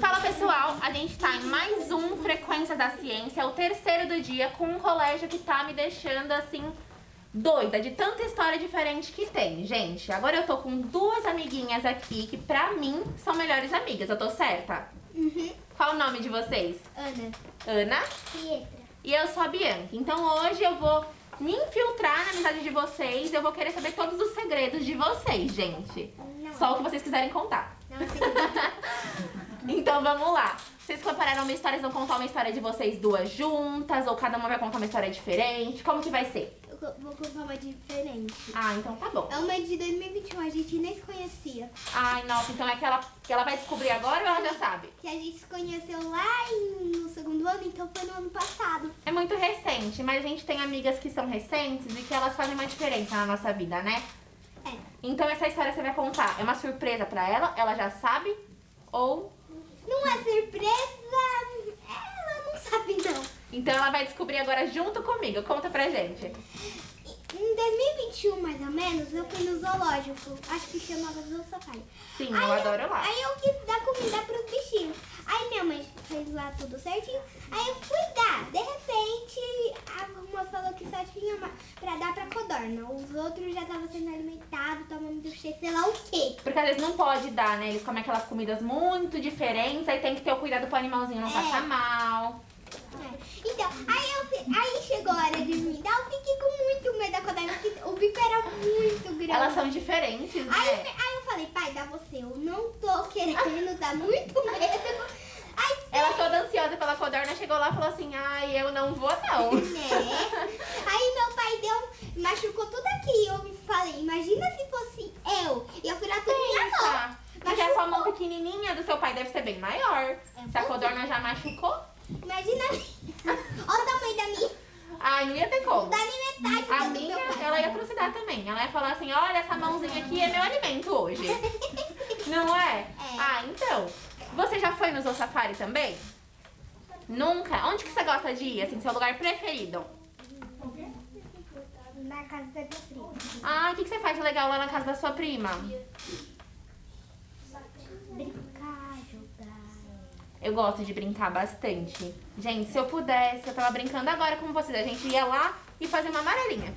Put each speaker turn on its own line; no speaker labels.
Fala pessoal, a gente tá em mais um Frequência da Ciência, o terceiro do dia, com um colégio que tá me deixando assim doida de tanta história diferente que tem. Gente, agora eu tô com duas amiguinhas aqui que pra mim são melhores amigas, eu tô certa?
Uhum.
Qual o nome de vocês?
Ana,
Ana
Pietra.
e eu sou a Bianca. Então hoje eu vou me infiltrar na amizade de vocês, eu vou querer saber todos os segredos de vocês, gente.
Não.
Só o que vocês quiserem contar.
Não sei.
Então vamos lá. Vocês prepararam uma história, vocês vão contar uma história de vocês duas juntas, ou cada uma vai contar uma história diferente? Como que vai ser?
Eu co- vou contar uma diferente.
Ah, então tá bom.
É uma de 2021, a gente nem se conhecia.
Ai, nossa, então é que ela, que ela vai descobrir agora ou ela já sabe?
Que a gente se conheceu lá em- no segundo ano, então foi no ano passado.
É muito recente, mas a gente tem amigas que são recentes e que elas fazem uma diferença na nossa vida, né?
É.
Então essa história você vai contar. É uma surpresa pra ela? Ela já sabe? Ou.
Não é surpresa? Ela não sabe, não.
Então ela vai descobrir agora junto comigo. Conta pra gente.
E- Em 2021, mais ou menos, eu fui no zoológico. Acho que chamava Zoo Safari.
Sim, eu adoro lá.
Aí eu quis dar comida pros bichinhos. Aí minha mãe fez lá tudo certinho. Aí eu fui dar. De repente, a mamãe falou que só tinha uma pra dar pra codorna. Os outros já estavam sendo alimentados, tomando chá, sei lá o quê.
Porque às vezes não pode dar, né? Eles comem aquelas comidas muito diferentes, aí tem que ter o cuidado pro animalzinho não
É.
passar mal.
É. Então, aí, eu, fi- aí chegou a hora de me dar. Eu fiquei com muito medo da codorna, porque o bico era muito grande.
Elas são diferentes, né?
Aí, aí eu falei, pai, dá você. Eu não tô querendo, dá muito medo. Aí
Ela é toda ansiosa pela codorna chegou lá e falou assim: ai, eu não vou não.
É, né? Aí meu pai deu, machucou tudo aqui. Eu falei, imagina se fosse eu. E eu fui lá tudo minha mão.
Tá. Porque a sua mão pequenininha do seu pai deve ser bem
É
maior. Se a codorna já machucou,
Imagina. Olha o tamanho da minha.
ai, não ia ter como.
Da minha metade.
A
do
minha,
meu pai.
ela ia trucidar também. Ela ia falar assim: olha, essa mãozinha aqui é meu alimento hoje. Não é? Ah, então. Você já foi no Zoo Safari também? Nunca? Onde que você gosta de ir? Assim, seu lugar preferido?
Na casa da minha prima.
Ah, o que, que você faz de legal lá na casa da sua prima?
Brincar, jogar.
Eu gosto de brincar bastante. Gente, se eu pudesse, eu tava brincando agora com vocês. A gente ia lá e fazer uma amarelinha.